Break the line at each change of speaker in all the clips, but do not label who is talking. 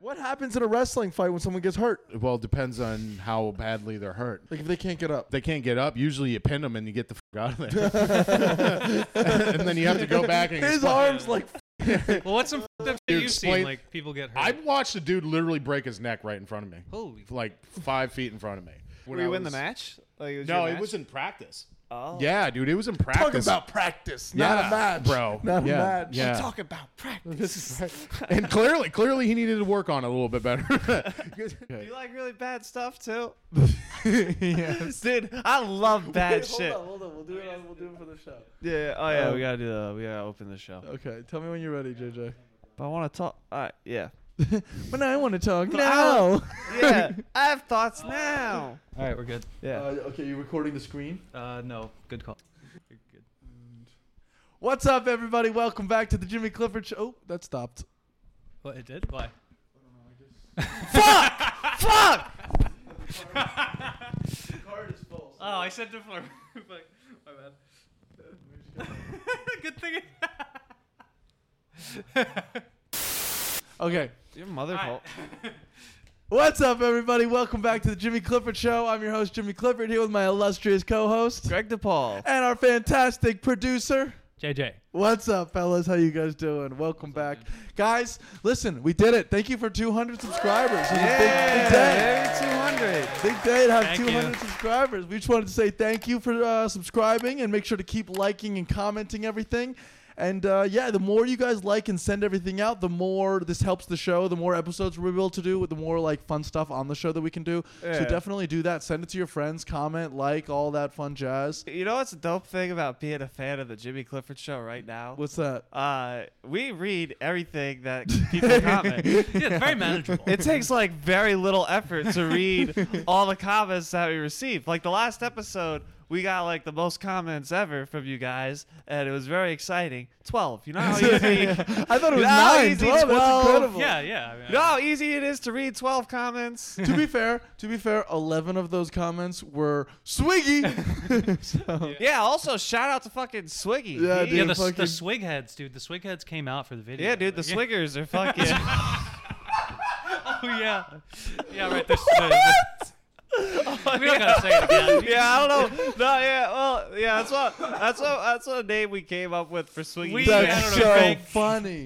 What happens in a wrestling fight when someone gets hurt?
Well, it depends on how badly they're hurt.
Like if they can't get up.
They can't get up. Usually, you pin them and you get the fuck out of there. and then you have to go back and.
His
explain-
arms like
Well, what's some fucked up shit
Dude,
you've
explain-
seen? Like people get hurt.
I watched a dude literally break his neck right in front of me,
Holy.
like five feet in front of me.
Were
When I
you in the
was-
match? Like, was
No,
your
it
match?
was in practice.
Oh.
Yeah, dude, it was in practice.
talking about practice,
yeah,
not a match,
bro.
Not
yeah,
a match.
Yeah.
Talk about practice.
and clearly, clearly, he needed to work on it a little bit better.
You like really bad stuff too,
yes.
dude. I love bad
Hold
shit.
on, hold on. We'll do it. on- We'll do it for the show.
Yeah. Oh yeah.
Um,
we gotta do that. We gotta open the show.
Okay, tell me when you're ready, JJ.
But I want to talk. All right. Yeah.
But I want to talk
now. Yeah. I have thoughts now.
All right, we're good.
Yeah.
okay, you recording the screen?
Uh, no, good call.
What's up, everybody? Welcome back to the Jimmy Clifford Show. Oh, that stopped.
What it did? Why?
Fuck.
The card is full.
Oh, I said before. Fuck. My bad. good thing.
Okay.
Your mother
All
called.
What's up, everybody? Welcome back to the Jimmy Clifford Show. I'm your host, Jimmy Clifford, here with my illustrious co-host
Greg DePaul.
and our fantastic producer.
JJ.
What's up, fellas? How you guys doing? Welcome back, guys. Listen, we did it. Thank you for 200 subscribers. It was a big, big day.
Yeah, Two hundred.
Big day to have
Thank
200
you.
subscribers. We just wanted to say thank you for uh, subscribing and make sure to keep liking and commenting everything. And uh, yeah, the more you guys like and send everything out, the more this helps the show. The more episodes we're able to do, with the more like fun stuff on the show that we can do. So
Yeah.
definitely do that. Send it to your friends, comment, like, all that fun jazz.
You know what's a dope thing about being a fan of the Jimmy Clifford Show right now?
What's that?
Uh, we read everything that people comment.
Yeah, it's very manageable.
It takes like very little effort to read all the comments that we received. Like the last episode, we got like the most comments ever from you guys, and it was very exciting. Twelve. You know how easy.
I thought it was
No,
nine.
he's- he's
12. That's
12.
incredible.
yeah, yeah. I mean,
you know how easy it is to read twelve comments.
to be fair, to be fair, eleven of those comments were swiggy. so,
Yeah. Also, shout out to fucking Swiggy.
Yeah,
He-
Yeah,
Uh, dude.
the, s-
fucking-
the swig heads, dude. The swig heads came out for the video.
yeah, dude. The
Like, yeah.
Swiggers are fucking.
Oh yeah, yeah, right. The, the,
Oh,
the, we don't gotta say it again.
Yeah, I don't know. No, yeah, well, yeah, that's what that's what that's what a name we came up with for Swiggy.
We-
Swag.
I
that's
don't
so
know, Greg.
funny,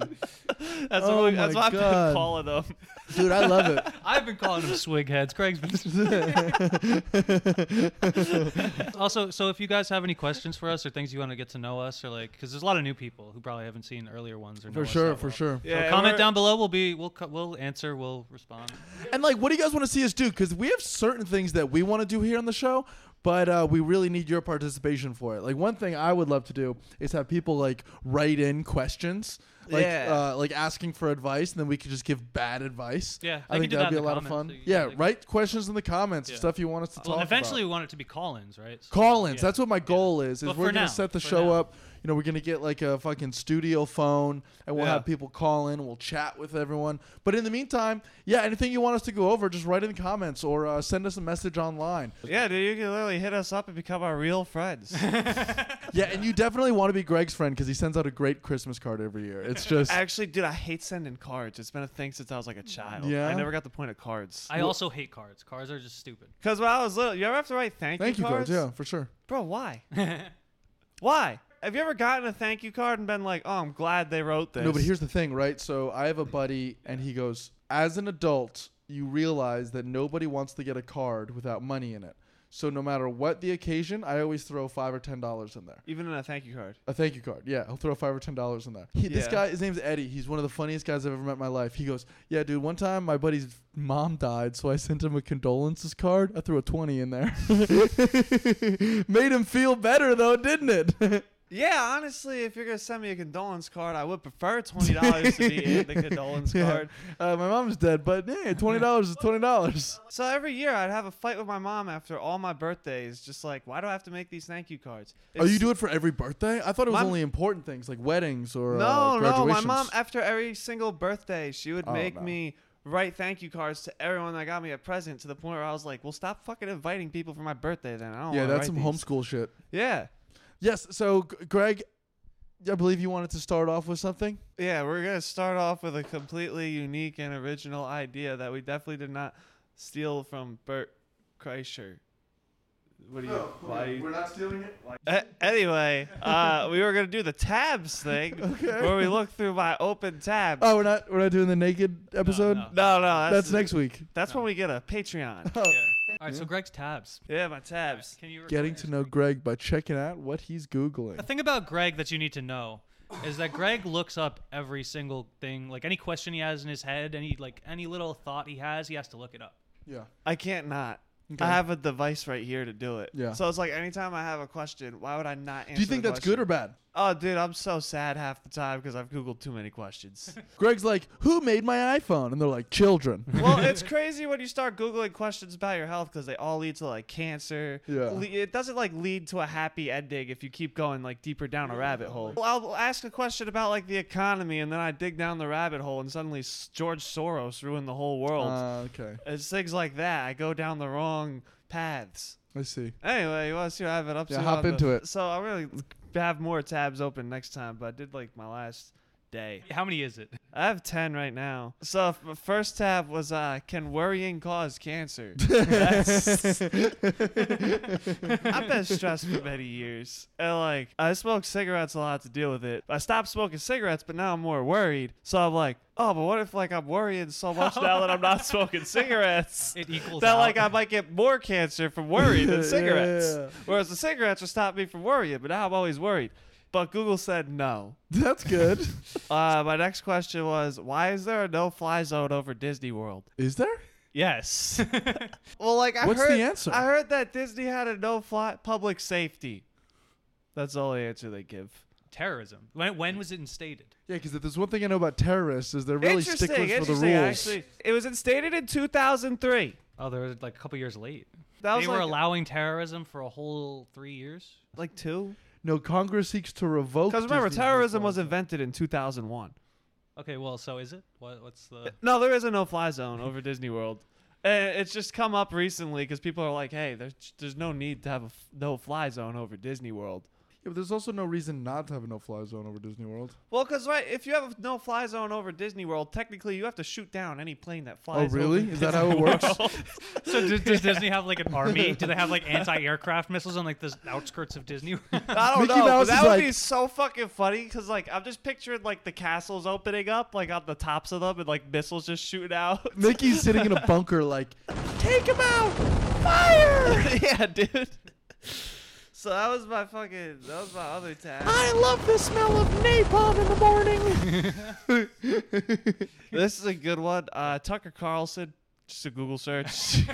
that's
oh
what, we,
my
that's what I've
God.
been calling them.
dude. I love it.
I've been calling them swig heads. Craig's been. also, so if you guys have any questions for us or things you want to get to know us or like, because there's a lot of new people who probably haven't seen earlier ones or know
for
us
sure,
that
for
well.
sure.
So comment down below. We'll be we'll co- we'll answer. We'll respond.
And like, what do you guys want to see us do? Because we have certain things that we want to do here on the show, but uh, we really need your participation for it. Like one thing I would love to do is have people like write in questions, like
Yeah.
uh, like asking for advice, and then we could just give bad advice.
Yeah,
I think
they can do
that'd
that
be a
in the
lot of fun.
comments, so you can,
yeah,
like-
write questions in the comments,
Yeah.
stuff you want us to talk
Well,
about.
eventually we want it to be call-ins, right? So,
Call-ins.
yeah.
That's what my goal is. Is
But
we're
for
gonna
now,
set the
for
show
now.
up. You know, we're gonna get like a fucking studio phone, and we'll
Yeah.
have people call in. We'll chat with everyone. But in the meantime, yeah, anything you want us to go over, just write in the comments or uh, send us a message online.
Yeah, dude, you can literally hit us up and become our real friends.
Yeah, and you definitely want to be Greg's friend because he sends out a great Christmas card every year. It's just
Actually, dude, I hate sending cards. It's been a thing since I was like a child.
Yeah?
I never got the point of cards.
I also hate cards. Cards are just stupid.
Because when I was little, you ever have to write thank,
thank you,
cards?
cards. Yeah, for sure.
Bro, why? why? Have you ever gotten a thank you card and been like, oh, I'm glad they wrote this?
No, but here's the thing, right? So I have a buddy, and he goes, as an adult, you realize that nobody wants to get a card without money in it. So no matter what the occasion, I always throw five or ten dollars in there.
Even in a thank you card.
A thank you card. Yeah, I'll throw five or ten dollars in there. He, This
Yeah.
guy, his name's Eddie. He's one of the funniest guys I've ever met in my life. He goes, "Yeah, dude. One time, my buddy's mom died, so I sent him a condolences card. I threw a twenty in there. Made him feel better, though, didn't it?
Yeah, honestly, if you're gonna send me a condolence card, I would prefer twenty dollars to be in the condolence
Yeah.
card.
Uh, my mom's dead, but yeah, twenty dollars is twenty dollars.
So every year, I'd have a fight with my mom after all my birthdays, just like, why do I have to make these thank you cards?
Oh,
It's-
you do it for every birthday? I thought it was
My-
only important things like weddings or uh,
No, no. My
graduations.
mom, after every single birthday, she would
Oh,
make
no.
me write thank you cards to everyone that got me a present. To the point where I was like, "Well, stop fucking inviting people for my birthday, then." I don't.
yeah,
wanna
that's some
write these.
homeschool shit.
Yeah,
Yes. So, G- Greg, I believe you wanted to start off with something.
Yeah, we're gonna start off with a completely unique and original idea that we definitely did not steal from Bert Kreischer. What do you? why you-
Oh, not stealing it.
A- anyway, uh, we were gonna do the tabs thing, where we look through my open tabs.
Oh, we're not we're not doing the naked episode.
no.
No, no, that's,
That's next week.
That's when we get a Patreon.
Oh.
All right, so Greg's tabs.
yeah, my tabs.
Can you record
Getting
this?
to know Greg by checking out what he's
The
googling.
thing about Greg that you need to know is that Greg looks up every single thing, like any question he has in his head, any like any little thought he has, he has to look it up.
Yeah.
I can't not.
Okay.
I have a device right here to do it.
Yeah.
So it's like anytime I have a question, why would I not answer?
Do you think
the
that's good or
question?
bad?
Oh, dude, I'm so sad half the time because I've googled too many questions.
Greg's like, "Who made my iPhone?" And they're like, "Children."
well, it's crazy when you start googling questions about your health because they all lead to like cancer.
Yeah.
Le- it doesn't like lead to a happy ending if you keep going like deeper down a rabbit hole. Well, I'll ask a question about like the economy, and then I dig down the rabbit hole, and suddenly S- George Soros ruined the whole world.
Ah, okay,
it's things like that. I go down the wrong paths.
I see.
Anyway, you want to see what I have it up
Yeah,
to
hop
on the-
into it.
So I'm gonna have more tabs open next time, but I did like my last day.
How many is it?
I have 10 right now. So, f- first tab was uh, Can worrying cause cancer? That's- I've been stressed for many years. And, like, I smoked cigarettes a lot to deal with it. I stopped smoking cigarettes, but now I'm more worried. So, I'm like, oh, but what if, like, I'm worrying so much now that I'm not smoking cigarettes?
It equals
That
out.
like I might get more cancer from worry
Yeah,
than cigarettes.
yeah.
Whereas the cigarettes will stop me from worrying, but now I'm always worried. But Google said no.
That's good.
Uh, my next question was why is there a no fly zone over Disney World?
Is there?
Yes. well, like I
What's the
heard,
answer?
I heard that Disney had a no fly public safety. That's the only answer they give.
terrorism. When, when was it instated?
Yeah, because if there's one thing I know about terrorists is they're really
interesting.
sticklers for the
interesting.
rules.
Actually, it was instated in 2003.
Oh, they're like a couple years late.
That was
they were
like,
allowing terrorism for a whole three years.
like two.
No, Congress seeks to revoke.
Because remember,
Oh, Disney
terrorism
World.
was invented in 2001.
Okay, well, so is it? What, what's the?
No, there is a no-fly zone over Disney World. And it's just come up recently because people are like, "Hey, there's there's no need to have a f- no-fly zone over Disney World."
Yeah, but there's also no reason not to have a no-fly zone over Disney World.
Well, because right, if you have a no-fly zone over Disney World, technically you have to shoot down any plane that
Oh,
flies.
really?
over
Is that how it works?
So does, does Disney have like an army? Do they have like anti-aircraft missiles on like the outskirts of Disney?
I don't
Mickey
know.
Mouse
but that
is
would
like-
be so fucking funny because, like, I'm just picturing like the castles opening up, like on the tops of them, and like missiles just shooting out.
Mickey's sitting in a bunker, like,
Take him out! Fire! yeah, dude. So that was my fucking. That was my other tab.
I love the smell of napalm in the morning.
this is a good one. Uh, Tucker Carlson. Just a Google search.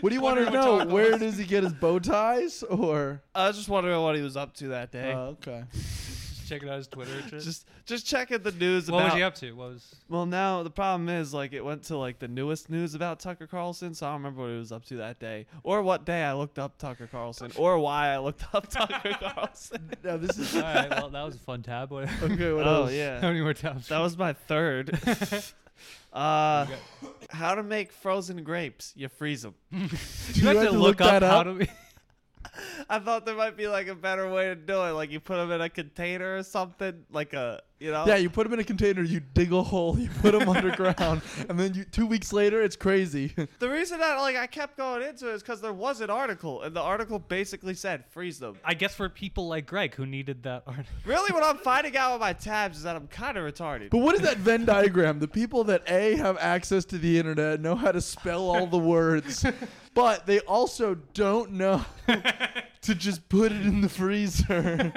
What do you want to
Wondering what
know?
taco
Where
is.
does he get his bow ties? Or
I was just wondering what he was up to that day.
Oh, okay,
Just checking out his Twitter. and shit.
just, just checking the news.
what
about,
was he up to? What was?
Well, now the problem is like it went to like the newest news about Tucker Carlson, so I don't remember what he was up to that day, or what day I looked up Tucker Carlson, or why I looked up Tucker Carlson.
now this is
All right, well, that was a fun tab. What,
okay. What
oh
else?
How
yeah,
many more tabs?
that was my third. uh, how to make frozen grapes? You freeze them.
Do
you, have to look, up, how to.
I thought there might be like a better way to do it, like you put them in a container or something, like a you
Uh,
know.
Yeah, you put them in a container, you dig a hole, you put them underground, and then you, two weeks later, it's crazy.
The reason that like I kept going into it is because there was an article, and the article basically said freeze them.
I guess for people like Greg who needed that art.
Really, what I'm finding out with my tabs is that I'm kind of retarded.
But what is that Venn diagram? The people that A have access to the internet, know how to spell all the words, but they also don't know to just put it in the freezer.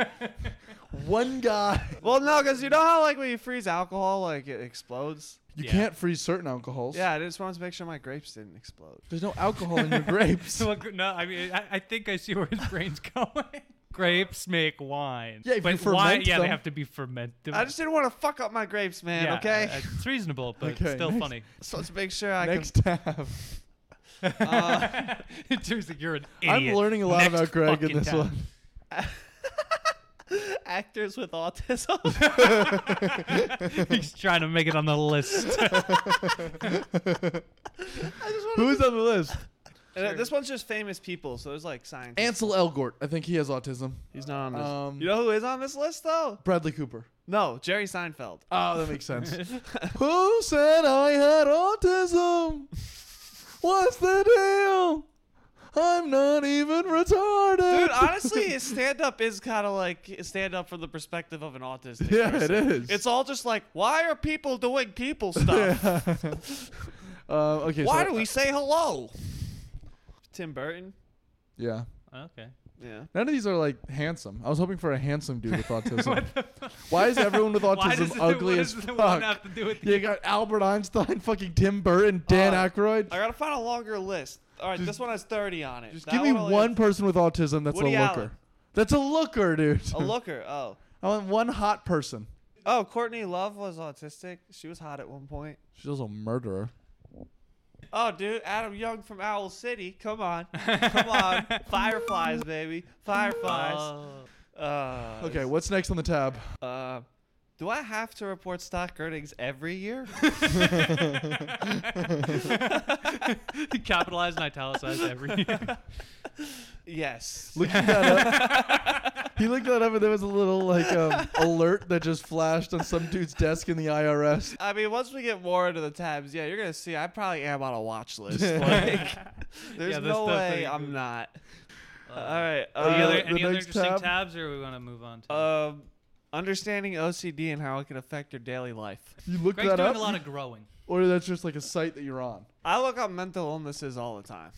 One guy.
Well, no, because you know how like when you freeze alcohol, like it explodes.
You
Yeah.
can't freeze certain alcohols.
Yeah, I just wanted to make sure my grapes didn't explode.
There's no alcohol in your grapes.
So, no, I mean, I, I think I see where his brain's going. Grapes make wine.
Yeah, if
but
you ferment
wine, yeah, they
them.
have to be fermented.
I just didn't want to fuck up my grapes, man.
yeah,
okay,
uh, uh, it's reasonable, but
Okay,
still
next.
funny.
so let's make sure I
Next tab.
can. Uh,
Seriously, you're an
I'm
idiot.
learning a lot
Next
about Greg in
fucking
this
tab.
one.
actors with autism.
He's trying to make it on the list.
I just want
Who's on the list?
And uh,
Sure.
this one's just famous people, so there's like science.
Ansel Elgort. I think he has autism.
He's not on this.
Um,
you know who is on this list though?
Bradley Cooper.
No, Jerry Seinfeld.
Oh, that makes sense. Who said I had autism? What's the deal? I'm not even retarded.
Dude, honestly, his stand up is kind of like stand up from the perspective of an autistic.
Yeah, it
person.
is.
It's all just like, why are people doing people stuff?
Uh, okay.
Why
so,
do we say hello? Tim Burton.
Yeah.
Oh, Okay.
Yeah.
None of these are like handsome. I was hoping for a handsome dude with autism. Why is everyone with
Why does
autism
the,
ugly
what
as
does the one
fuck?
have to do with the
You got Albert Einstein, fucking Tim Burton, Dan
Uh,
Aykroyd.
I gotta find a longer list. All right, this one has 30 on it.
Just
That
give me
only
one person with autism that's
Woody
a
Allen.
looker. That's a looker, dude.
has- A looker. Oh.
I want one hot person.
Oh, Courtney Love was autistic. She was hot at one point.
She's also a murderer.
Oh, dude, Adam Young from Owl City. Come on. Come on. Fireflies, baby. Fireflies.
Oh.
Uh,
Okay, what's next on the tab?
Uh, do I have to report stock earnings every year?
Capitalized and italicized every year.
yes.
Looking that up, he looked that up, and there was a little like um, alert that just flashed on some dude's desk in the IRS.
I mean, once we get more into the tabs, yeah, you're gonna see. I probably am on a watch list. Like, there's
Yeah, there's
no way
definitely-
I'm not.
Uh,
All right.
the
any other,
the
Uh,
any other
next
interesting
tab? Uh,
tabs, or we want to move on to?
um, understanding OCD and how it can affect your daily life.
You looked
Greg's
that
doing
up,
a lot of growing.
or that's just like a site that you're on.
I look up mental illnesses all the time.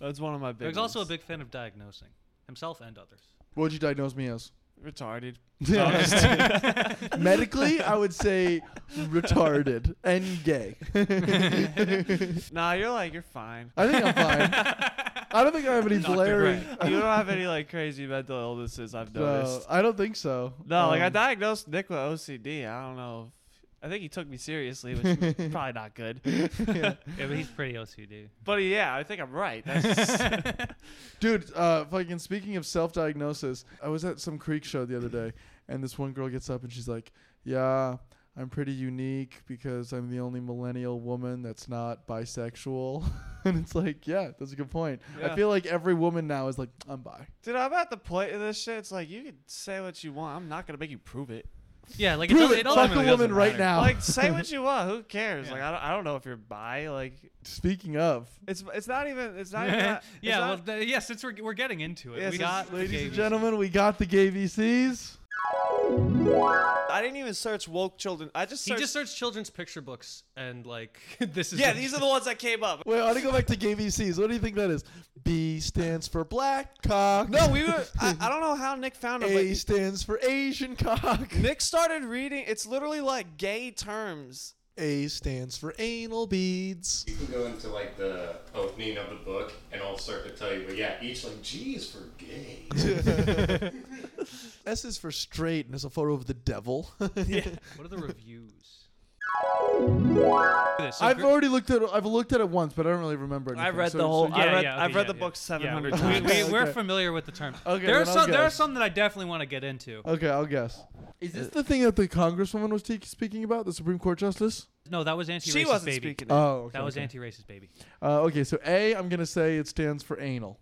That's one of my big.
Greg's Hmm. also a
ones.
big fan of diagnosing himself and others.
What would you diagnose me as?
retarded.
Medically, I would say retarded and gay.
Nah, you're like you're fine.
I think I'm fine. I don't think I have any
Dr.
blaring.
You don't have any like crazy mental illnesses I've
No,
noticed.
I don't think so.
No, like I
Um,
diagnosed Nick with OCD. I don't know. If, I think he took me seriously, which is probably not good.
Yeah, but he's pretty OCD.
But yeah, I think I'm right. That's,
Dude, uh, fucking speaking of self diagnosis, I was at some Creek show the other day, and this one girl gets up and she's like, Yeah, I'm pretty unique because I'm the only millennial woman that's not bisexual. and it's like, Yeah, that's a good point. I
Yeah.
feel like every woman now is like, I'm bi.
dude, I'm at the point of this shit. It's like you can say what you want. I'm not gonna make you prove it.
Yeah, like
Prove
it, does,
it.
it
Fuck a
ultimately
woman
doesn't
right
matter.
now.
Like say what you want. Who cares?
Yeah.
Like I don't, I don't know if you're bi. Like
Speaking of,
it's it's not even it's not even. that- it's
yeah, well,
not-
th- yeah, since we're, we're getting into it,
Yes,
we
it's-
got the
ladies
gay
and
VCs.
gentlemen, we got the gay VCs.
I didn't even search woke children. I just
He
searched.
just searched children's picture books and like this is
yeah, these are the ones that came up.
Wait, I want to go back to gay VCs. What do you think that is? B stands for black cock.
No, we were. I, I don't know how Nick found it, but
A stands for Asian cock.
Nick started reading. It's literally like gay terms.
A stands for anal beads.
You can go into like the opening of the book and I'll start to tell you, but yeah, each like G is for gay.
S is for straight, and it's a photo of the devil.
What are the reviews?
this. So
I've
Gre-
already looked at. I've looked at it once, but I don't really remember. Anything.
I read
So-
the
so
whole.
you-
I
Yeah,
read,
yeah,
I've
okay,
read the
yeah,
book
yeah.
700
we,
times.
we, we're
Okay.
familiar with the terms.
Okay,
there are
then I'll
some. There are
guess.
some that I definitely want to get into.
okay, I'll guess. Uh, Is this the thing that the congresswoman was te- speaking about? The Supreme Court justice?
No, that was anti-racist
she wasn't
baby.
speaking. It.
Oh, okay,
That was
okay.
anti-racist baby.
Uh, okay, so A, I'm gonna say it stands for anal.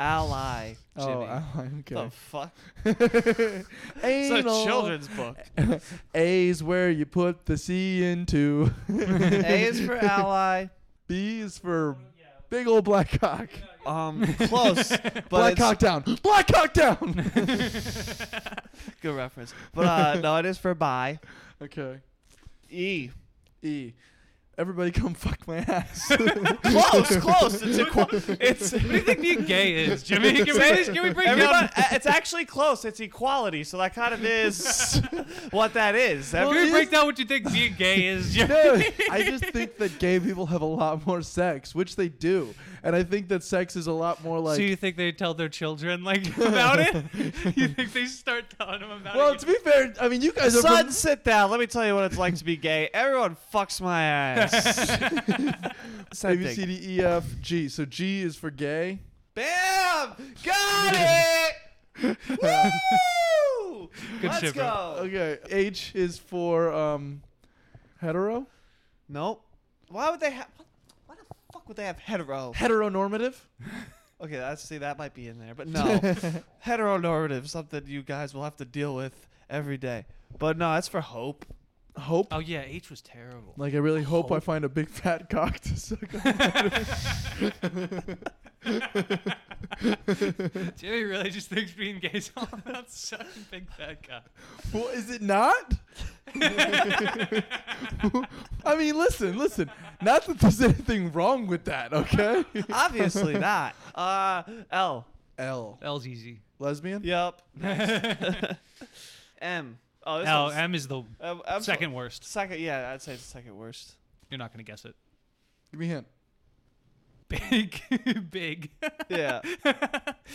Ally. Jimmy.
Oh, I'm
the
okay.
fuck?
anal.
It's a children's book.
A's where you put the C into.
A is for ally.
B is for big old black cock.
Um, close, but
Black
it's
cock down. Black cock down.
good reference. But uh, no, it is for bi.
okay.
E.
E. Everybody come fuck my ass.
Close, close. It's a qu- it's
What do you think being gay is, Jimmy? Can we, can we bring it
everyone.
down?
uh, It's actually close. It's equality. So that kind of is what that is. That-
Can we break down what you think being gay is, Jimmy?
No, I just think that gay people have a lot more sex, which they do. And I think that sex is a lot more like.
so you think they tell their children like about it? you think they start telling them about
well,
it?
to be fair, I mean, you guys are.
Son,
from-
sit down. Let me tell you what it's like to be gay. Everyone fucks my ass.
A,
Same
B,
thing.
C, D, E, F, G. So G is for gay.
Bam! Got it! Woo!
Good
Let's
shit, bro.
go.
Okay. H is for um, hetero.
Nope. Why would they have? Why the fuck fuck would they have hetero?
Heteronormative?
Okay, that's see that might be in there, but no, heteronormative, something you guys will have to deal with every day. But no, it's for hope.
Hope?
Oh yeah, H was terrible.
Like, I really hope, I find a big fat cock to suck on.
Jerry really just thinks being gay is all about sucking big fat cock.
well, is it not? I mean, listen, listen. Not that there's anything wrong with that, okay?
Obviously not. Uh, L.
L.
L's easy.
Lesbian?
Yep. M. Oh, this
L
one's-
M is the
Um, I'm so-
second worst.
Second, yeah, I'd say it's the second worst.
You're not gonna guess it.
Give me a hint.
Big, big,
Yeah.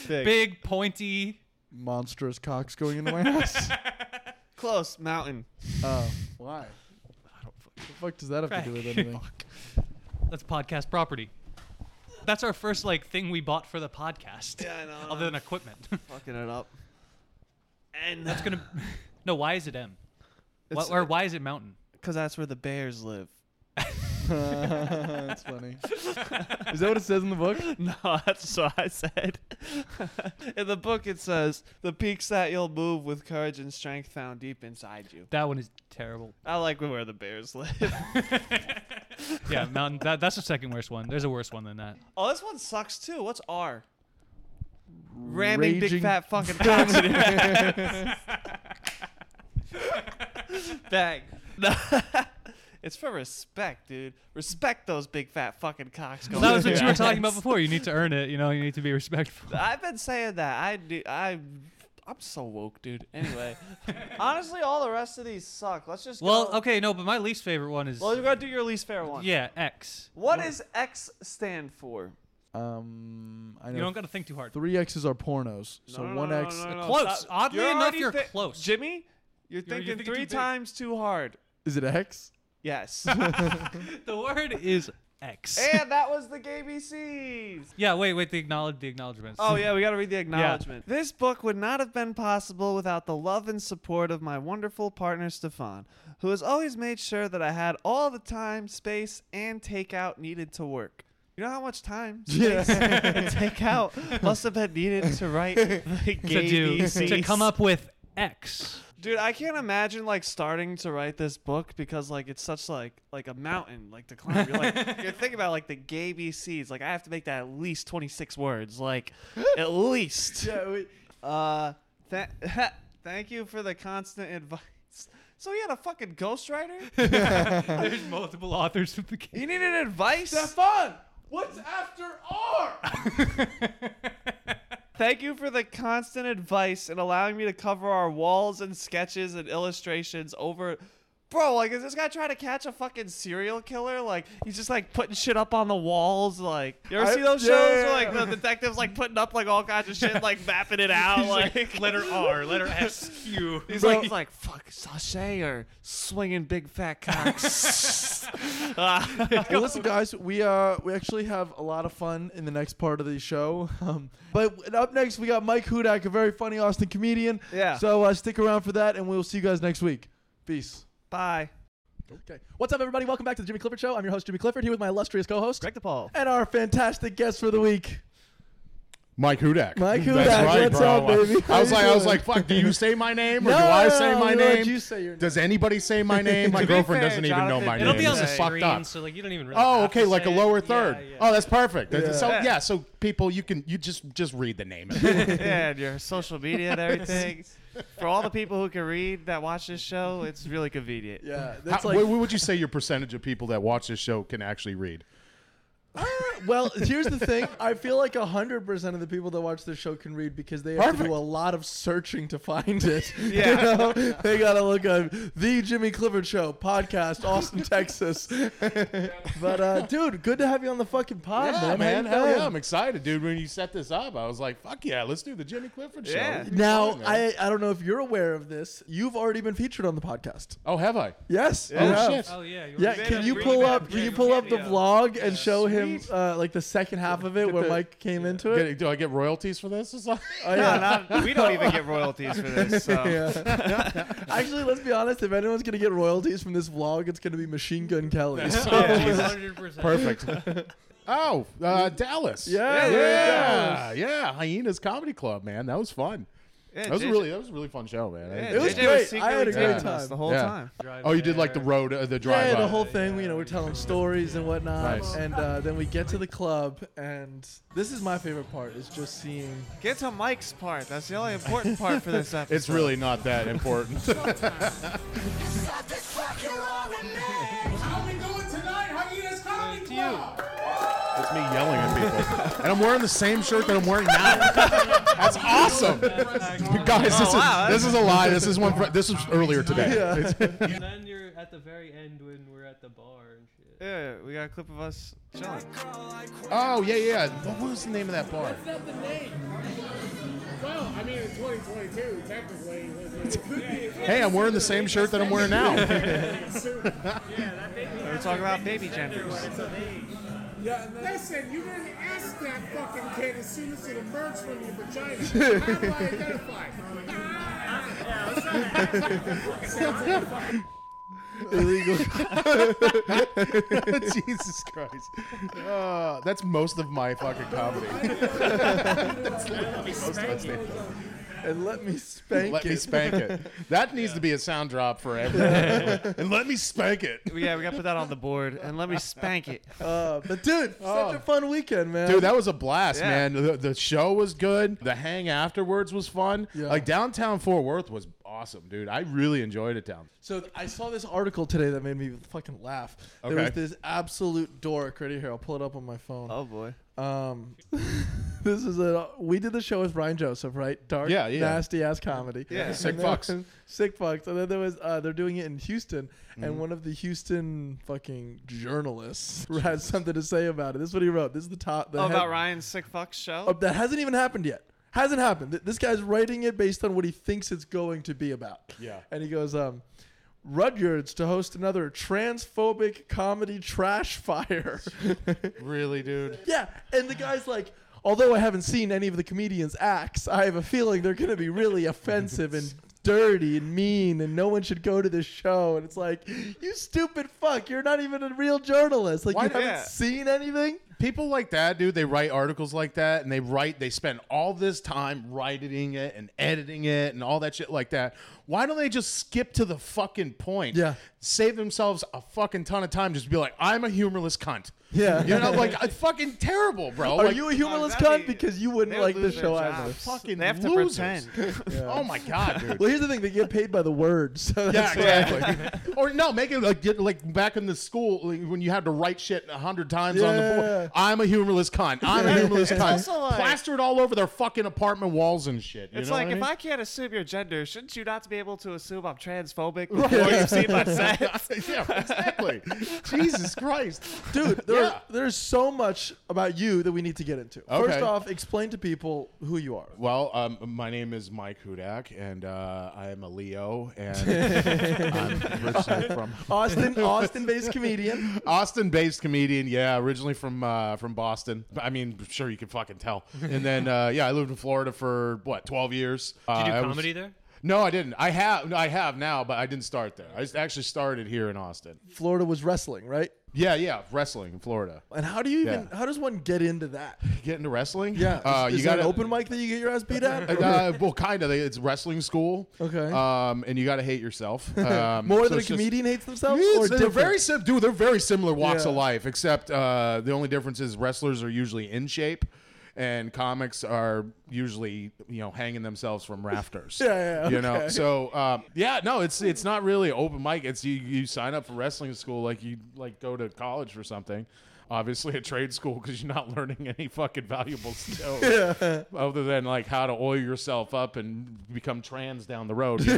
Big.
big, pointy.
Monstrous cocks going into my house.
Close. Mountain.
Oh, why? What the fuck does that have to do with
Fuck.
anything?
That's podcast property. That's our first like thing we bought for the podcast.
Yeah, I know.
Other than equipment.
fucking it up.
and that's gonna. No, why is it M? Why,
It's-
or why is it mountain?
Because that's where the bears live.
That's funny. Is that what it says in the book?
No, that's what I said. in the book, it says the peaks that you'll move with courage and strength found deep inside you.
That one is terrible.
I like where the bears live.
Yeah, mountain. That, that's the second worst one. There's a worse one than that.
oh, this one sucks too. What's R? Ramming
Raging-
big fat fucking cocks in your ass. Bang. No. it's for respect, dude. Respect those big fat fucking cocks. going
That was
in
what you
your
were talking about
ass.
before. You need to earn it. You know, you need to be respectful.
I've been saying that. I do. I. I'm so woke, dude. Anyway, honestly, all the rest of these suck. Let's just.
Well,
go-
okay, no, but my least favorite one is
Well, you gotta do your least fair one.
yeah X.
What does X stand for?
Um, I know.
You don't got to think too hard.
three X's are pornos, so
No, no,
one
no, no,
X.
no, no,
Close.
stop.
Oddly enough,
already
you're close.
Jimmy, you're
You're-
thinking,
you're thinking
three
too big.
times too hard.
Is it X?
Yes.
The word is X.
and that was the GBCs.
yeah, wait, wait. The acknowledge the acknowledgments.
Oh yeah, we got to read the acknowledgement. This book would not have been possible without the love and support of my wonderful partner Stefan, who has always made sure that I had all the time, space, and takeout needed to work. You know how much time,
Yeah.
space, and takeout must have been needed to write the
to do to
GBCs?
come up with X.
Dude, I can't imagine like starting to write this book because like it's such like like a mountain like to climb. You're like you're thinking about like the gay BCs. Like I have to make that at least 26 words. Like at least. Uh, tha- thank you for the constant advice. So he had a fucking ghostwriter.
There's multiple authors of the game.
He needed advice.
Stefan, what's after R?
Thank you for the constant advice and allowing me to cover our walls and sketches and illustrations over. Bro, like, is this guy trying to catch a fucking serial killer? Like, he's just like putting shit up on the walls. Like, you ever
I-
see those
yeah,
shows
yeah,
where like
yeah.
the detectives like putting up like all kinds of shit, like mapping it out? like,
letter R, letter S, Q.
he's
Bro.
like, he's like, fuck, sachet or swinging big fat cocks.
well, listen, guys, we uh we actually have a lot of fun in the next part of the show. Um, but up next we got Mike Hudak, a very funny Austin comedian.
Yeah.
So uh, stick around for that, and we'll see you guys next week. Peace.
Bye.
Okay. What's up, everybody? Welcome back to the Jimmy Clifford Show. I'm your host, Jimmy Clifford, here with my illustrious co-host
Greg DePaul.
and our fantastic guest for the week.
Mike Hudak.
Mike Hudak,
That's right,
what's
bro.
up, baby? How
I was
you
like, I was
doing?
like, fuck. Do you say my name or
No,
do I
no,
say
no,
my
we let
name?
you say your name.
Does anybody say my name? My
To be
girlfriend
fair,
doesn't even know
Jonathan
my
did
name.
It'll be on
This
the
is fucked
screen,
up.
so like you don't even. Really
Oh,
have to
okay, like a
say it.
lower
Yeah,
third.
yeah.
Oh, that's perfect. That's- So
Yeah.
yeah, so people, you can you just just read the name. It.
and your social media and everything. For all the people who can read that watch this show, it's really convenient.
Yeah,
How,
that's like
what, what would you say your percentage of people that watch this show can actually read?
well, here's the thing. I feel like 100% of the people that watch this show can read because they have to
Perfect.
do a lot of searching to find it.
Yeah.
You know? They got to look up The Jimmy Clifford Show podcast, Austin, Texas. but, uh, dude, good to have you on the fucking pod, man. How you
Hell
doing?
yeah, I'm excited, dude. When you set this up, I was like, fuck yeah, let's do the Jimmy Clifford show.
Yeah.
It'll be
Now,
fun, man.
I, I don't know if you're aware of this. You've already been featured on the podcast.
oh have I?
Yes.
Oh
you have.
shit.
Oh yeah. you
Yeah,
wanna-
can
up
you
Green
pull
Man.
up? Can
Yeah,
you
we
pull
did,
up the
yeah.
vlog and show him
Sweet.
uh, like the second half of it where
the-
Mike came into it?
Get- do I get royalties for this? Or something?
Oh,
No, not, we don't even get royalties for this. So.
Actually, let's be honest. If anyone's gonna
Oh,
get royalties from this vlog, it's gonna be Machine Gun Kelly. So-
Oh, 100%.
Perfect. Oh, uh, Dallas.
Yeah,
yeah,
we're in
yeah, Hyenas Comedy Club, man. That was fun.
Yeah,
That was
JJ
really that was a really fun show, man. I
Yeah,
enjoyed
It was
JJ
great. I
secretly
had a great
texting us
time.
The whole
Yeah.
time.
Drive
Oh, you did
there.
like the road, uh, the drive.
Yeah, the
up.
whole thing. You know, we're telling stories and whatnot,
Nice.
and uh, then we get to the club, and this is my favorite part: is just seeing.
Get to Mike's part. That's the only important part for this episode.
It's really not that important.
How we doing tonight? Hyenas Comedy Club.
It's me yelling at people. And I'm wearing the same shirt that I'm wearing now. That's awesome. Guys, this,
Oh, wow.
is, this is a lie. This is one. fr- This was earlier today.
Yeah.
It's-
and then you're at the very end when we're at the bar and shit.
Yeah, we got a clip of us chilling.
oh, yeah, yeah. What was the name of that bar?
Well, I mean, in 2022, technically, it was
Hey, I'm wearing the same shirt that I'm wearing now.
We were talking about baby genders.
Listen, you didn't ask that fucking kid as soon as it emerged from your vagina. How do I identify?
Jesus Christ. Uh, that's most of my fucking comedy. That's literally most of my stand-up.
And let me spank
Let
it.
me spank it. That needs to be a sound drop for everyone. and let me spank it.
Yeah, we got to put that on the board. And let me spank it.
Uh, but dude,
Oh.
such a fun weekend, man.
Dude, that was a blast,
Yeah.
man. The, the show was good. The hang afterwards was fun.
Yeah.
Like downtown Fort Worth was awesome, dude. I really enjoyed it down.
So th- I saw this article today that made me fucking laugh. There
Okay.
was this absolute dork right here. I'll pull it up on my phone.
Oh, boy.
Um, this is a we did the show with Ryan Joseph, right? Dark,
Yeah, yeah.
nasty ass comedy. Yeah,
Sick fucks.
sick fucks. And then there was uh, they're doing it in Houston, and
Mm-hmm.
one of the Houston fucking journalists had something to say about it. This is what he wrote. This is the top. The
Oh,
head-
about Ryan's Sick Fuck show?
Oh,
uh, that hasn't even happened yet. Hasn't happened. Th- This guy's writing it based on what he thinks it's going to be about.
Yeah.
And he goes, um, Rudyard's to host another transphobic comedy trash fire.
Really, dude.
Yeah, and the guy's like, although I haven't seen any of the comedians' acts, I have a feeling they're going to be really offensive and dirty and mean, and no one should go to this show. And it's like, you stupid fuck, you're not even a real journalist. Like,
Why-
you haven't
yeah.
seen anything.
People like that, dude, they write articles like that and they write, they spend all this time writing it and editing it and all that shit like that. Why don't they just skip to the fucking point?
Yeah.
Save themselves a fucking ton of time. Just be like, I'm a humorless cunt.
Yeah.
You know, like, I- fucking terrible, bro.
Are
like, uh,
you a humorless
that'd
cunt?
be-
because you
They
wouldn't
would
like the
lose their
show
jobs.
either.
fucking
They have to
losers.
pretend.
Oh my god, dude.
Well, here's the thing: they get paid by the word. So
Yeah,
that's
exactly. or no, make it like get, like back in the school like, when you had to write shit a hundred times on the
Yeah.
board. I'm a humorless cunt. I'm a humorless cunt.
also like-
Plastered all over their fucking apartment walls and shit. You
It's
know
like,
what
if
I
I can't assume your gender, shouldn't you not be able to assume I'm transphobic before you've seen my set?
mean? yeah, exactly. Jesus Christ,
dude, there,
Yeah.
there's so much about you that we need to get into. First
Okay.
off, explain to people who you are.
Well, um, my name is Mike Hudak, and uh, I am a Leo, and I'm originally from
Austin, Austin-based comedian.
Austin-based comedian, yeah, originally from uh, from Boston. I mean, sure you can fucking tell. And then, uh, yeah, I lived in Florida for what, twelve years.
Did you do
uh, I was-
comedy there?
No, I didn't. I have, I have now, but I didn't start there. I actually started here in Austin.
Florida was wrestling, right?
Yeah, yeah, wrestling in Florida.
And how do you even?
Yeah.
How does one get into that?
Get into wrestling?
Uh,
uh,
is,
you
there
got
an open mic that you get your ass beat at?
Uh, well, kind of. It's wrestling school.
Okay.
Um, and you got to hate yourself. Um,
More
so
than a
it's just-
comedian hates themselves,
It's-
or
they're
different?
very sim- dude. They're very similar walks
Yeah.
of life, except uh, the only difference is wrestlers are usually in shape, and comics are usually you know hanging themselves from rafters.
Yeah, yeah,
you know.
okay.
So um, yeah, no, it's it's not really open mic. It's you, you sign up for wrestling school like you like go to college for something. Obviously, a trade school because you're not learning any fucking valuable skills other than like how to oil yourself up and become trans down the road. You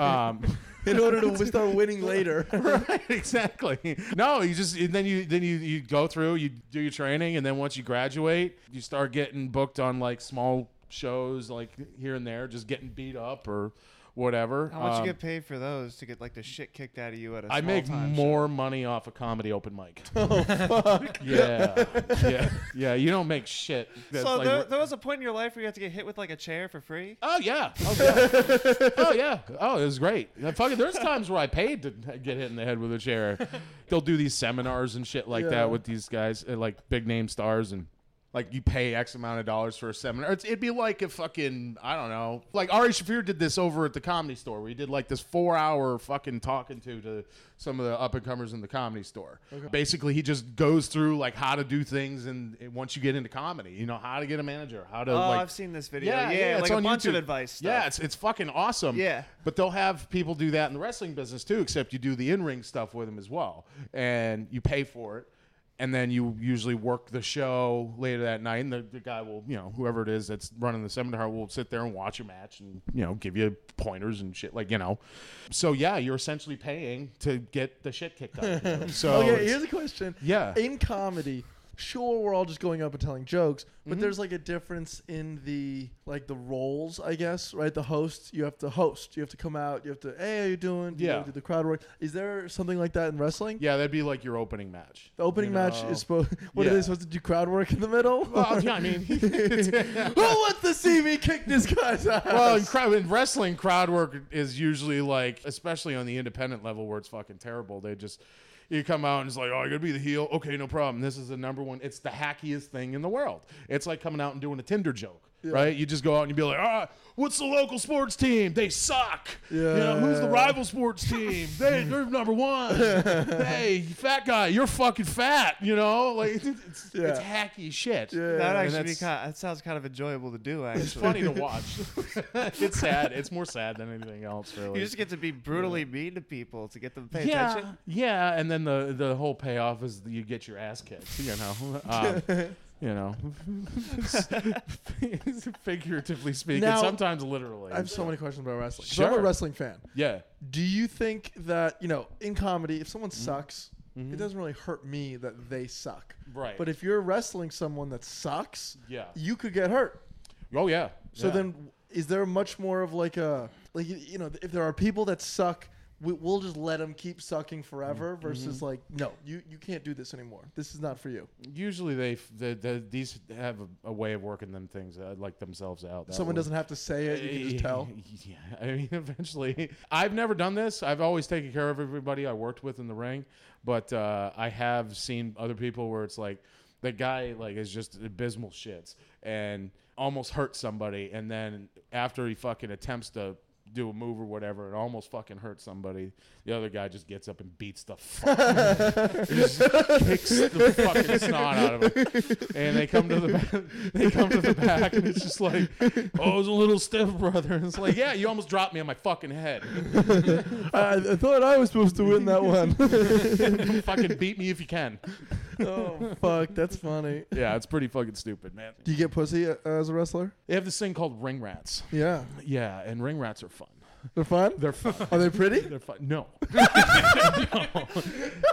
um,
in order to start winning later.
right exactly no you just and then you then you, you go through you do your training and then once you graduate you start getting booked on like small shows like here and there just getting beat up or whatever.
How much
Um,
you get paid for those to get like the shit kicked out of you at a
I
small
make
time
more money off a comedy open mic. Oh fuck! Yeah, yeah, yeah. You don't make shit.
Show?
That's
So
like-
there, there was a point in your life where you had to get hit with like a chair for free.
Oh yeah. Oh yeah. oh yeah. Oh, it was great. Yeah, Fucking, there's times where I paid to get hit in the head with a chair. They'll do these seminars and shit like
Yeah.
that with these guys, uh, like big name stars, and like you pay X amount of dollars for a seminar. It's, it'd be like if fucking I don't know, like Ari Shafir did this over at the Comedy Store. where he did like this four hour fucking talking to to some of the up and comers in the Comedy Store. Basically, he just goes through like how to do things, and and once you get into comedy, you know how to get a manager, how to
Oh,
like
I've seen this video. Yeah, like a bunch of advice. Stuff.
yeah, it's it's fucking awesome.
Yeah.
But they'll have people do that in the wrestling business too, except you do the in ring stuff with them as well. And you pay for it. And then you usually work the show later that night, and the, the guy will, you know, whoever it is that's running the seminar will sit there and watch your match and, you know, give you pointers and shit, like, you know. So, yeah, you're essentially paying to get the shit kicked out of you. So,
Oh,
okay,
Oh, it's-
here's a question.
Yeah.
In comedy, sure we're all just going up and telling jokes, but
Mm-hmm.
there's like a difference in the like the roles, I guess, right? The host, you have to host, you have to come out, you have to, hey, how you doing? You
Yeah.
gotta do the crowd work. Is there something like that in wrestling?
yeah, that'd be like your opening match.
The opening
You
match
know?
is supposed. What are they
Yeah.
supposed to do? Crowd work in the middle?
Well, yeah, I mean,
Who wants to see me kick this guy's ass?
Well, in, crowd, in wrestling, crowd work is usually like, especially on the independent level where it's fucking terrible. They just, you come out and it's like, oh, you're going to be the heel. Okay, no problem. This is the number one. It's the hackiest thing in the world. It's like coming out and doing a Tinder joke, right? You just go out and you be like, ah, what's the local sports team? They suck. You know, who's the
Yeah.
rival sports team? They, they're number one. hey, fat guy, you're fucking fat. You know, like it's, it's
Yeah.
hacky shit.
Yeah.
That
uh, And
actually be
that's-
kind that sounds kind of enjoyable to do. Actually,
it's funny to watch. it's sad. It's more sad than anything else, really.
You just get to be brutally mean to people to get them to pay
yeah,
attention.
yeah, and then the the whole payoff is that you get your ass kicked. You know, um, you know, figuratively speaking,
Now-
sometimes literally.
I have so many questions about wrestling. 'cause I'm a
Sure.
wrestling fan.
Yeah,
Do you think that you know in comedy, if someone sucks, it doesn't really hurt me that they suck.
Right.
But if you're wrestling someone that sucks,
Yeah.
you could get hurt.
oh yeah.
So
Yeah.
then, is there much more of like a like you- you know if there are people that suck. We, we'll just let them keep sucking forever versus like no you, you can't do this anymore this is not for you
usually they f- the, the, these have a, a way of working them things uh, like themselves out. That
someone
way.
doesn't have to say it you can just tell
Yeah, I mean, eventually, I've never done this. I've always taken care of everybody I worked with in the ring, but uh, I have seen other people where it's like the guy like is just abysmal shits and almost hurts somebody, and then after he fucking attempts to do a move or whatever, it almost fucking hurts somebody. The other guy just gets up and beats the fuck. out of him. He just kicks the fucking snot out of him and they come to the back, they come to the back, and it's just like, oh, it was a little stiff, brother. And it's like, yeah, you almost dropped me on my fucking head.
I, I thought I was supposed to win that one.
fucking beat me if you can.
oh fuck, that's funny.
Yeah, it's pretty fucking stupid, man.
Do you get pussy uh, as a wrestler?
They have this thing called ring rats.
Yeah,
Yeah, and ring rats are fun.
they're fun.
They're fun.
Are they pretty?
They're fun. No. no.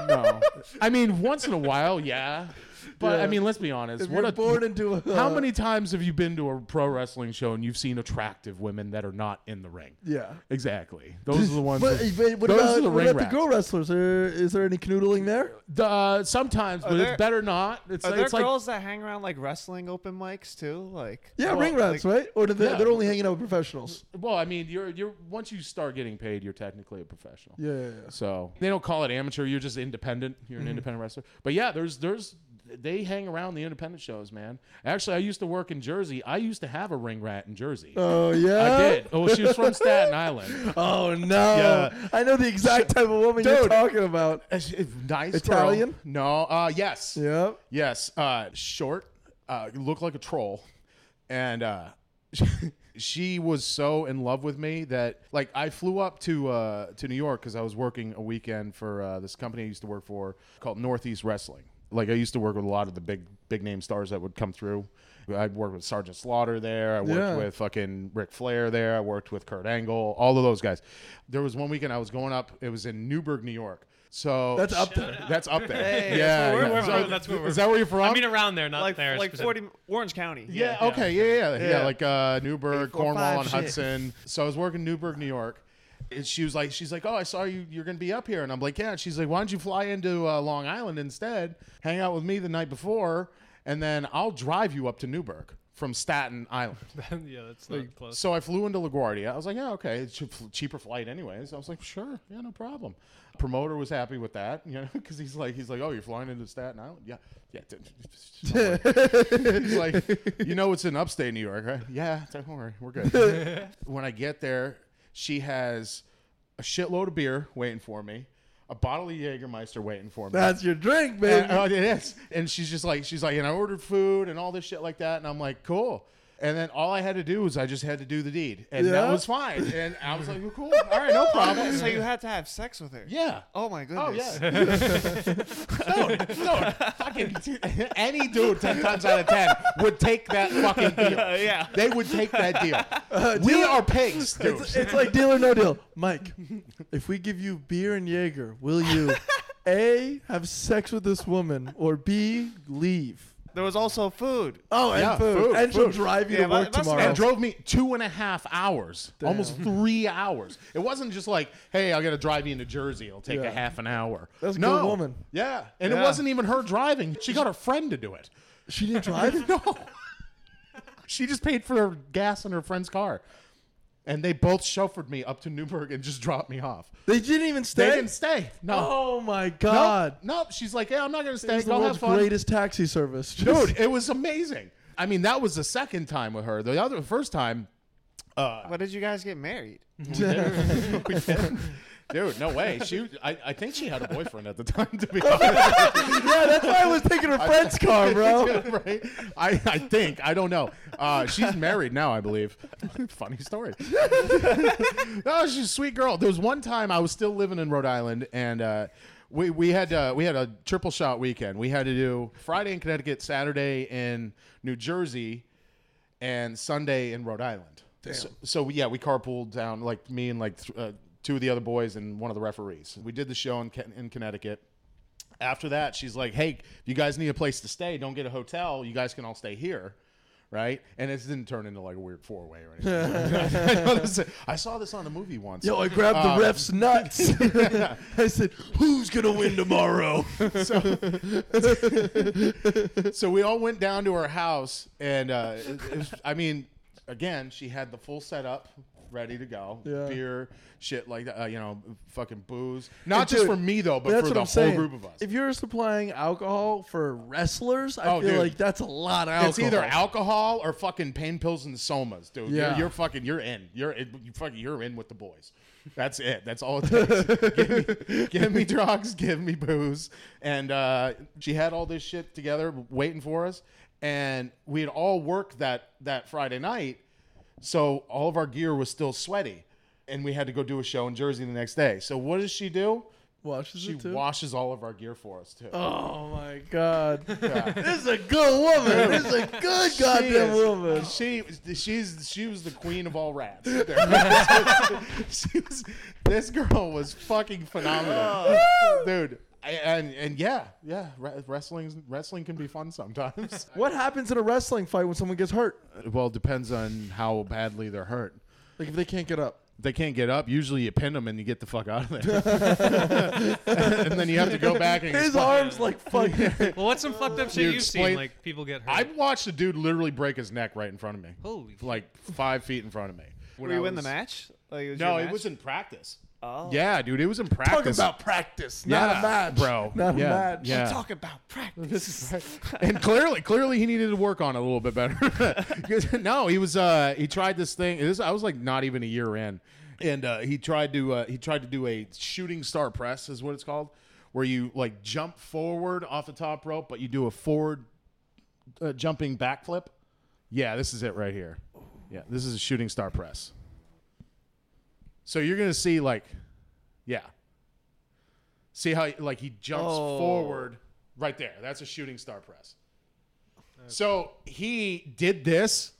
No. I mean, once in a while, yeah. But
Yeah.
I mean, let's be honest.
If
what
you're
a
born into a, uh,
how many times have you been to a pro wrestling show and you've seen attractive women that are not in the ring?
Yeah.
Exactly. Those are the ones.
But, eh,
that-
but what
those
about,
are the
the, what
ring
about the
rats.
girl wrestlers? Are, is there any canoodling there?
The- uh, sometimes, but
there-
it's better not. It's
Are
like,
there
Uh, it's like
girls that hang around like wrestling open mics too? Like
Yeah,
well,
ring rats,
like-
right? Or do they,
Yeah.
they're only hanging out with professionals?
well, I mean, you're you're once you start getting paid, you're technically a professional.
Yeah, yeah, yeah.
So they don't call it amateur. You're just independent. You're an independent wrestler. But yeah, there's there's they hang around the independent shows, man. Actually, I used to work in Jersey. I used to have a ring rat in Jersey.
Oh yeah.
I did. Oh, she was from Staten Island.
Oh no.
Yeah.
I know the exact type of woman you're
Dude.
talking about.
Uh, she- Nice. girl.
Italian?
No. Uh, yes.
Yep.
Yes, uh, short, uh, looked like a troll, and uh, she was so in love with me that like I flew up to uh, to New York because I was working a weekend for uh, this company I used to work for called Northeast Wrestling. Like I used to work with a lot of the big big name stars that would come through. I worked with Sergeant Slaughter there. I worked
Yeah.
with fucking Ric Flair there. I worked with Kurt Angle. All of those guys. There was one weekend I was going up. It was in Newburgh, New York So
That's up there.
That's up there.
Hey, that's
yeah,
where we're
yeah.
from.
So-
That's where we're
is that where you're from?
I mean, around there, not
like
there.
like
specific-
forty Orange County.
Yeah, oh,
Yeah.
okay, yeah, yeah, yeah,
Yeah.
like uh, Newburgh,
84,
Cornwall,
five,
and
six.
Hudson. So I was working in Newburgh, New York, and she was like, she's like, oh, I saw you, you're gonna be up here, and I'm like, yeah. And she's like, why don't you fly into uh, Long Island instead, hang out with me the night before, and then I'll drive you up to Newburgh from Staten Island.
yeah, that's not close.
So I flew into LaGuardia. I was like, yeah, okay, it's cheap- cheaper flight anyways. I was like, sure, yeah, no problem. Promoter was happy with that, you know, because he's like, he's like, oh, you're flying into Staten Island, yeah, yeah. d- he's like, you know, it's in upstate New York, right? Yeah, don't worry, we're good. when I get there, she has a shitload of beer waiting for me, a bottle of Jägermeister waiting for me.
That's your drink, baby.
And, oh, it is. And she's just like, she's like, and I ordered food and all this shit like that. And I'm like, cool. And then all I had to do was I just had to do the deed, and that
Yeah.
was fine. And I was like, well, cool, all right, no problem.
So you had to have sex with her.
yeah.
Oh my
Oh
goodness.
yeah, no, no, fucking any dude ten times out of ten would take that fucking deal.
yeah. Uh,
They would take that deal. we are pigs, dude.
It's, it's like deal or no deal. Mike, if we give you beer and Jaeger, will you A, have sex with this woman, or B, leave?
There was also food.
Oh, and
Yeah,
food.
food,
And she'll
food.
drive you
Yeah,
to
but
work
it must
tomorrow.
and drove me two and a half hours, almost three hours. It wasn't just like, hey, I got to drive you into Jersey. It'll take
Yeah.
a half an hour.
That's a
no.
good woman.
Yeah, and it
Yeah.
wasn't even her driving. She got her friend to do it.
she didn't drive?
No, she just paid for her gas in her friend's car, and they both chauffeured me up to Newburgh and just dropped me off.
They didn't even
They
stay?
didn't stay. No.
Oh, my
No.
God.
No, she's like, yeah, I'm not gonna
It
stay.
was the
Go have
world's
fun.
greatest taxi service. Just-
Dude, it was amazing. I mean, that was the second time with her. The other the first time,
But did you guys get married?
Dude, no way. She, I, I think she had a boyfriend at the time. To be honest,
yeah, that's why I was taking her friend's car, bro.
right? I, I think I don't know. Uh, she's married now, I believe. Funny story. no, she's a sweet girl. There was one time I was still living in Rhode Island, and uh, we we had uh, we had a triple shot weekend. We had to do Friday in Connecticut, Saturday in New Jersey, and Sunday in Rhode Island. So, so yeah, we carpooled down like me and like th- uh, two of the other boys and one of the referees. We did the show in, Ken- in Connecticut. After that, she's like, "Hey, you guys need a place to stay. Don't get a hotel. You guys can all stay here." Right, and it didn't turn into like a weird four way or anything. I, know this- I saw this on a movie once.
Yo, I grabbed the ref's nuts. I said, who's going to win tomorrow?
so we all went down to her house, and uh, it- it was- I mean, again, she had the full setup ready to go,
Yeah.
beer, shit like that, uh, you know, fucking booze. Not
Dude,
just for me though, but
that's
for
what I'm
the whole
saying.
group of us.
If you're supplying alcohol for wrestlers, I
Oh,
feel
dude.
like that's a lot of alcohol.
It's either alcohol or fucking pain pills and somas, dude.
Yeah.
You're, you're fucking, you're in. You're, in- you fucking, you're in with the boys. That's it. That's all it takes. give, me, give me drugs, give me booze. And uh, she had all this shit together waiting for us. And we had all worked that, that Friday night. So all of our gear was still sweaty. And we had to go do a show in Jersey the next day. So what does she do?
Washes
She
it too.
washes all of our gear for us, too.
oh my god, this is a good woman. This is a good goddamn
is.
woman.
She she's she was the queen of all rats. she was this girl was fucking phenomenal, dude. I- And and yeah, yeah, re- wrestling's wrestling can be fun sometimes.
What happens in a wrestling fight when someone gets hurt?
well, it depends on how badly they're hurt.
Like if they can't get up.
They can't get up. Usually, you pin them and you get the fuck out of there, and then you have to go back and.
His
explain-
arms like fuck.
Well, what's some fucked up shit
You
you've
explain-
seen? Like people get hurt.
I watched a dude literally break his neck right in front of me,
Holy shit.
like five feet in front of me. When
Were
I
you in the
was-
match? Like, was
No,
your
it
match?
was in practice.
Oh.
Yeah, dude, it was in
Talk
practice.
about practice, not
Yeah,
a match,
bro.
Not
Yeah,
a match.
yeah.
Talk about practice.
and clearly, clearly, he needed to work on it a little bit better. 'Cause, no, he was. Uh, he tried this thing. This I was like not even a year in, and uh, he tried to. Uh, he tried to do a shooting star press, is what it's called, where you like jump forward off the top rope, but you do a forward uh, jumping backflip. Yeah, this is it right here. Yeah, this is a shooting star press. So you're gonna see like, yeah. See how like he jumps
Oh.
forward right there. That's a shooting star press. So he did this.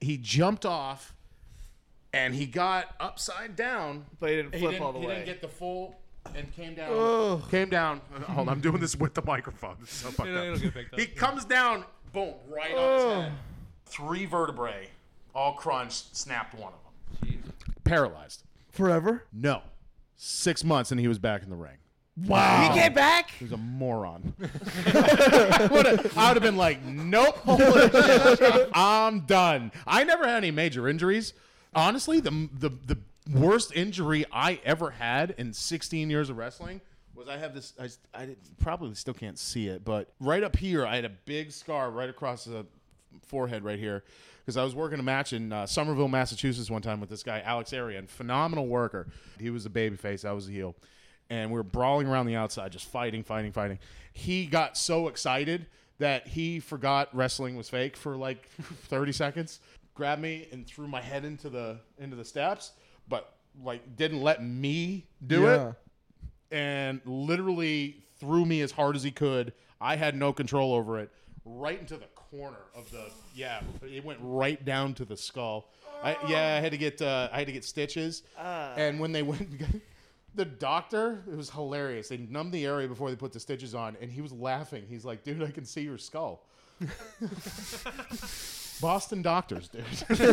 He jumped off, and he got upside down.
But he didn't
He
flip
didn't-
all the
he
way.
didn't get the full and came down.
Ugh.
Came down. Hold on, I'm doing this with the microphone. This is so fucked
It'll-
up.
it'll get picked up,
He
yeah.
comes down, boom, right on his head. Three vertebrae, all crunched, snapped one of them. Paralyzed.
Forever.
No. Six months and he was back in the ring.
Wow.
Get back.
He was a moron. I would've- I would have been like, nope, holy shit, I'm done. I never had any major injuries. Honestly, the, the, the worst injury I ever had in 16 years of wrestling was I have this, I, I did- probably still can't see it, but right up here, I had a big scar right across the forehead right here because I was working a match in uh, Somerville, Massachusetts one time with this guy, Alex Arian, phenomenal worker. He was a babyface, I was a heel. And we were brawling around the outside, just fighting, fighting, fighting. He got so excited that he forgot wrestling was fake for like 30 seconds, grabbed me and threw my head into the into the steps, but like didn't let me do
Yeah.
it and literally threw me as hard as he could. I had no control over it. Right into the corner of the yeah, it went right down to the skull. I, yeah, I had to get uh, I had to get stitches. and when they went, the doctor it was hilarious. They numbed the area before they put the stitches on, and he was laughing. He's like, "Dude, I can see your skull." Boston doctors, dude. dude,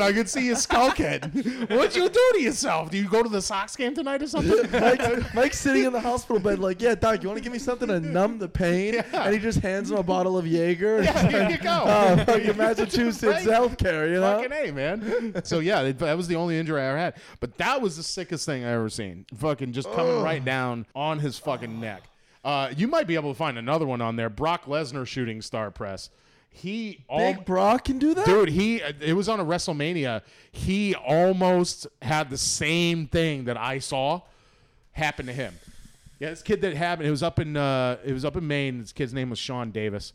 I could see your skull, kid. What'd you do to yourself? Do you go to the sock scan tonight or something?
Mike, Mike's sitting in the hospital bed, like, yeah, doc, you want to give me something to numb the pain?
Yeah.
And he just hands him a bottle of Jaeger.
Yeah, here you go.
Uh, fucking Massachusetts
Right?
healthcare, you know?
Fucking A, man. So, yeah, that- that was the only injury I ever had. But that was the sickest thing I ever seen. Fucking just coming right down on his fucking neck. Uh, you might be able to find another one on there. Brock Lesnar shooting star press. He all.
Big Brock can do that?
Dude, he uh, it was on a WrestleMania. He almost had the same thing that I saw happen to him. Yeah, this kid that happened. It was up in uh, it was up in Maine. This kid's name was Sean Davis.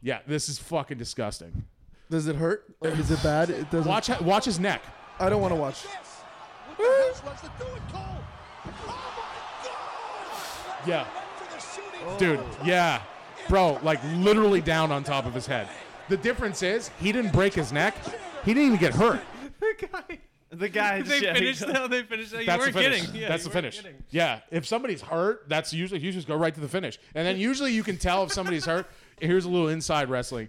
Yeah, this is fucking disgusting.
Does it hurt? Like, is it bad? It doesn't.
Watch watch his neck.
I don't want to watch.
Yeah, dude. Yeah, bro. Like literally down on top of his head. The difference is he didn't break his neck. He didn't even get hurt.
The guy.
they
just- yeah, he
finished
goes-
that. They finished that. You
That's the
weren't
finish.
kidding. Yeah,
that's
you
the
weren't
finish.
kidding.
Yeah, if somebody's hurt, that's usually you just go right to the finish, and then usually you can tell if somebody's hurt. Here's a little inside wrestling.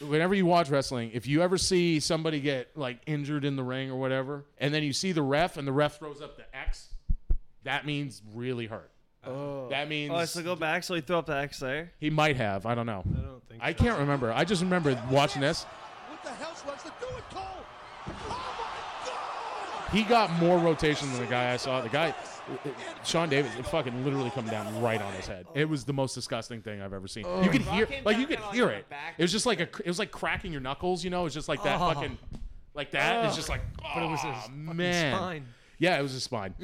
Whenever you watch wrestling, if you ever see somebody get like injured in the ring or whatever, and then you see the ref and the ref throws up the X, that means really hurt. That means
Oh, so go back. So he threw up the X there.
he might have. I don't know.
I don't think
I
so.
can't remember. I just remember watching this. He got more rotation than the guy I saw. The guy, Sean Davis, it fucking literally come down right on his head. It was the most disgusting thing I've ever seen.
Oh.
You could hear, like you could hear it. It was just like a, it was like cracking your knuckles. You know, it was just like that fucking, like that. It's just like,
Oh. But it was
"Aw,
his fucking
man.
spine.
Yeah, it was his spine.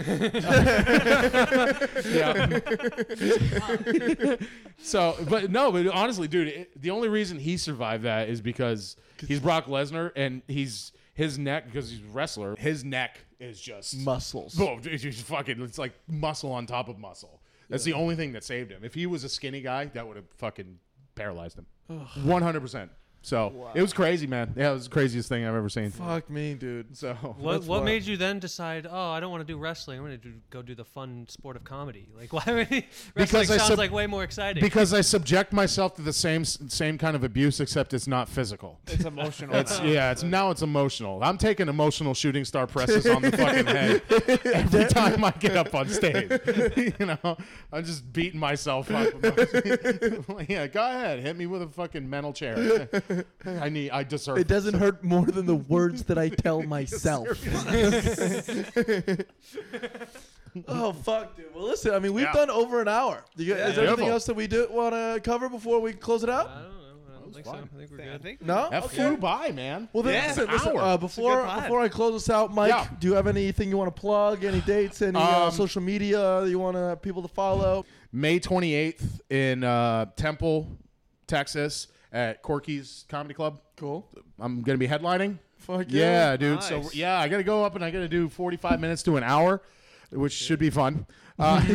yeah. so, but no, but honestly, dude, it, the only reason he survived that is because he's Brock Lesnar and he's his neck because he's a wrestler. His neck is just
Muscles.
Boom, dude, it's just fucking. It's like muscle on top of muscle. That's the only thing that saved him. If he was a skinny guy, that would have fucking paralyzed him. One hundred percent. So it was crazy, man. Yeah, it was the craziest thing I've ever seen.
Fuck me, dude.
So
What,
That's
what
wild.
made you then decide? Oh, I don't want to do wrestling. I'm going to do, go do the fun sport of comedy. Like why? would he- wrestling
I
sounds
sub-
like way more exciting.
because I subject myself to the same same kind of abuse, except it's not physical.
It's emotional.
It's yeah. It's now it's emotional. I'm taking emotional shooting star presses on the fucking head every time I get up on stage. you know, I'm just beating myself up. yeah, go ahead, hit me with a fucking mental chair. I need. I deserve.
It doesn't hurt more than the words that I tell myself. oh fuck, dude. Well, listen. I mean, we've
Yeah.
done over an hour. Do you, Is there anything
Beautiful. Uh,
else that we do want to cover before we close it
I
out?
don't know. I don't think so.
fine.
I think we're
I
good.
think.
No.
That flew by, man.
Well, then
Yeah.
listen.
An
listen
hour.
uh,
good
before
pod.
before I close this out, Mike,
Yeah.
do you have anything you want to plug? Any dates? Any uh,
Um,
social media you want to people to follow?
May 28th in uh, Temple, Texas, at Corky's Comedy Club.
Cool.
I'm gonna be headlining.
Fuck
Yeah, dude. So
Nice.
yeah, I gotta go up and I gotta do 45 minutes to an hour, which should be fun. Uh,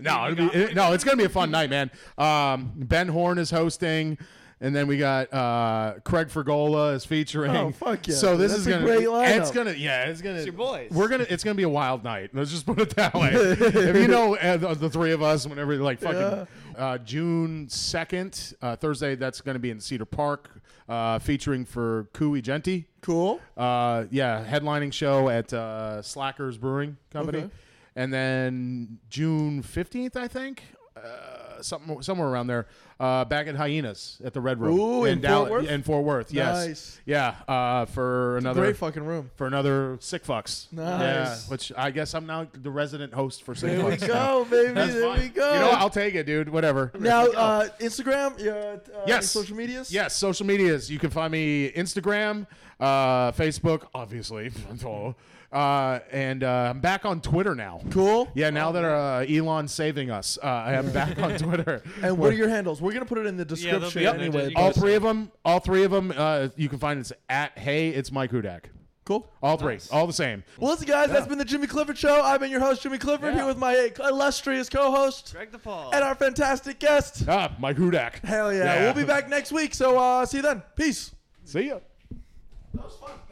no, it'll be, it- no, it's gonna be a fun night, man. Um, ben Horn is hosting, And then we got uh, Craig Fergola is featuring.
Oh, fuck yeah,
So
dude.
this
That's
is
a
gonna
great lineup.
It's gonna yeah, it's gonna
It's your boys.
We're gonna it's gonna be a wild night. Let's just put it that way. if you know uh, the, the three of us, whenever like fucking uh, June second, uh, Thursday, that's gonna be in Cedar Park, uh, featuring for Kui Genti.
Cool.
Uh, yeah, headlining show at uh, Slackers Brewing Company,
Okay.
and then June fifteenth, I think, uh, something somewhere around there, uh, back at Hyenas at the Red Room
Ooh, in Fort
Dal-
Worth?
In Fort Worth, yes,
Nice.
yeah, uh, for another
Great fucking room.
for another sick fucks.
Nice.
Yeah, which I guess I'm now the resident host for sick
There we
fucks. now.
go, baby.
That's
there
fine.
we go.
You know, what? I'll take it, dude. Whatever.
now, uh, Instagram, uh, uh,
Yes.
social medias.
Yes, social medias. You can find me Instagram, uh, Facebook, obviously, follow. uh, and uh, I'm back on Twitter now.
Cool.
Yeah, now that uh, Elon's saving us, uh, I am back on Twitter.
And what are your handles? We're gonna put it in the
Yeah, they'll be
description
up there,
anyway.
dude.
all three of them? All three of them. Uh, you can find us at Hey, it's Mike Hudak.
Cool.
All three, all the same.
Well, listen, guys, that's been the Jimmy Clifford Show. I've been your host, Jimmy Clifford,
Yeah.
here with my illustrious co-host
Greg DePaul.
and our fantastic guest.
Ah, Mike Hudak.
Hell yeah. We'll be back next week. So uh, see you then. Peace.
See ya.
That was fun.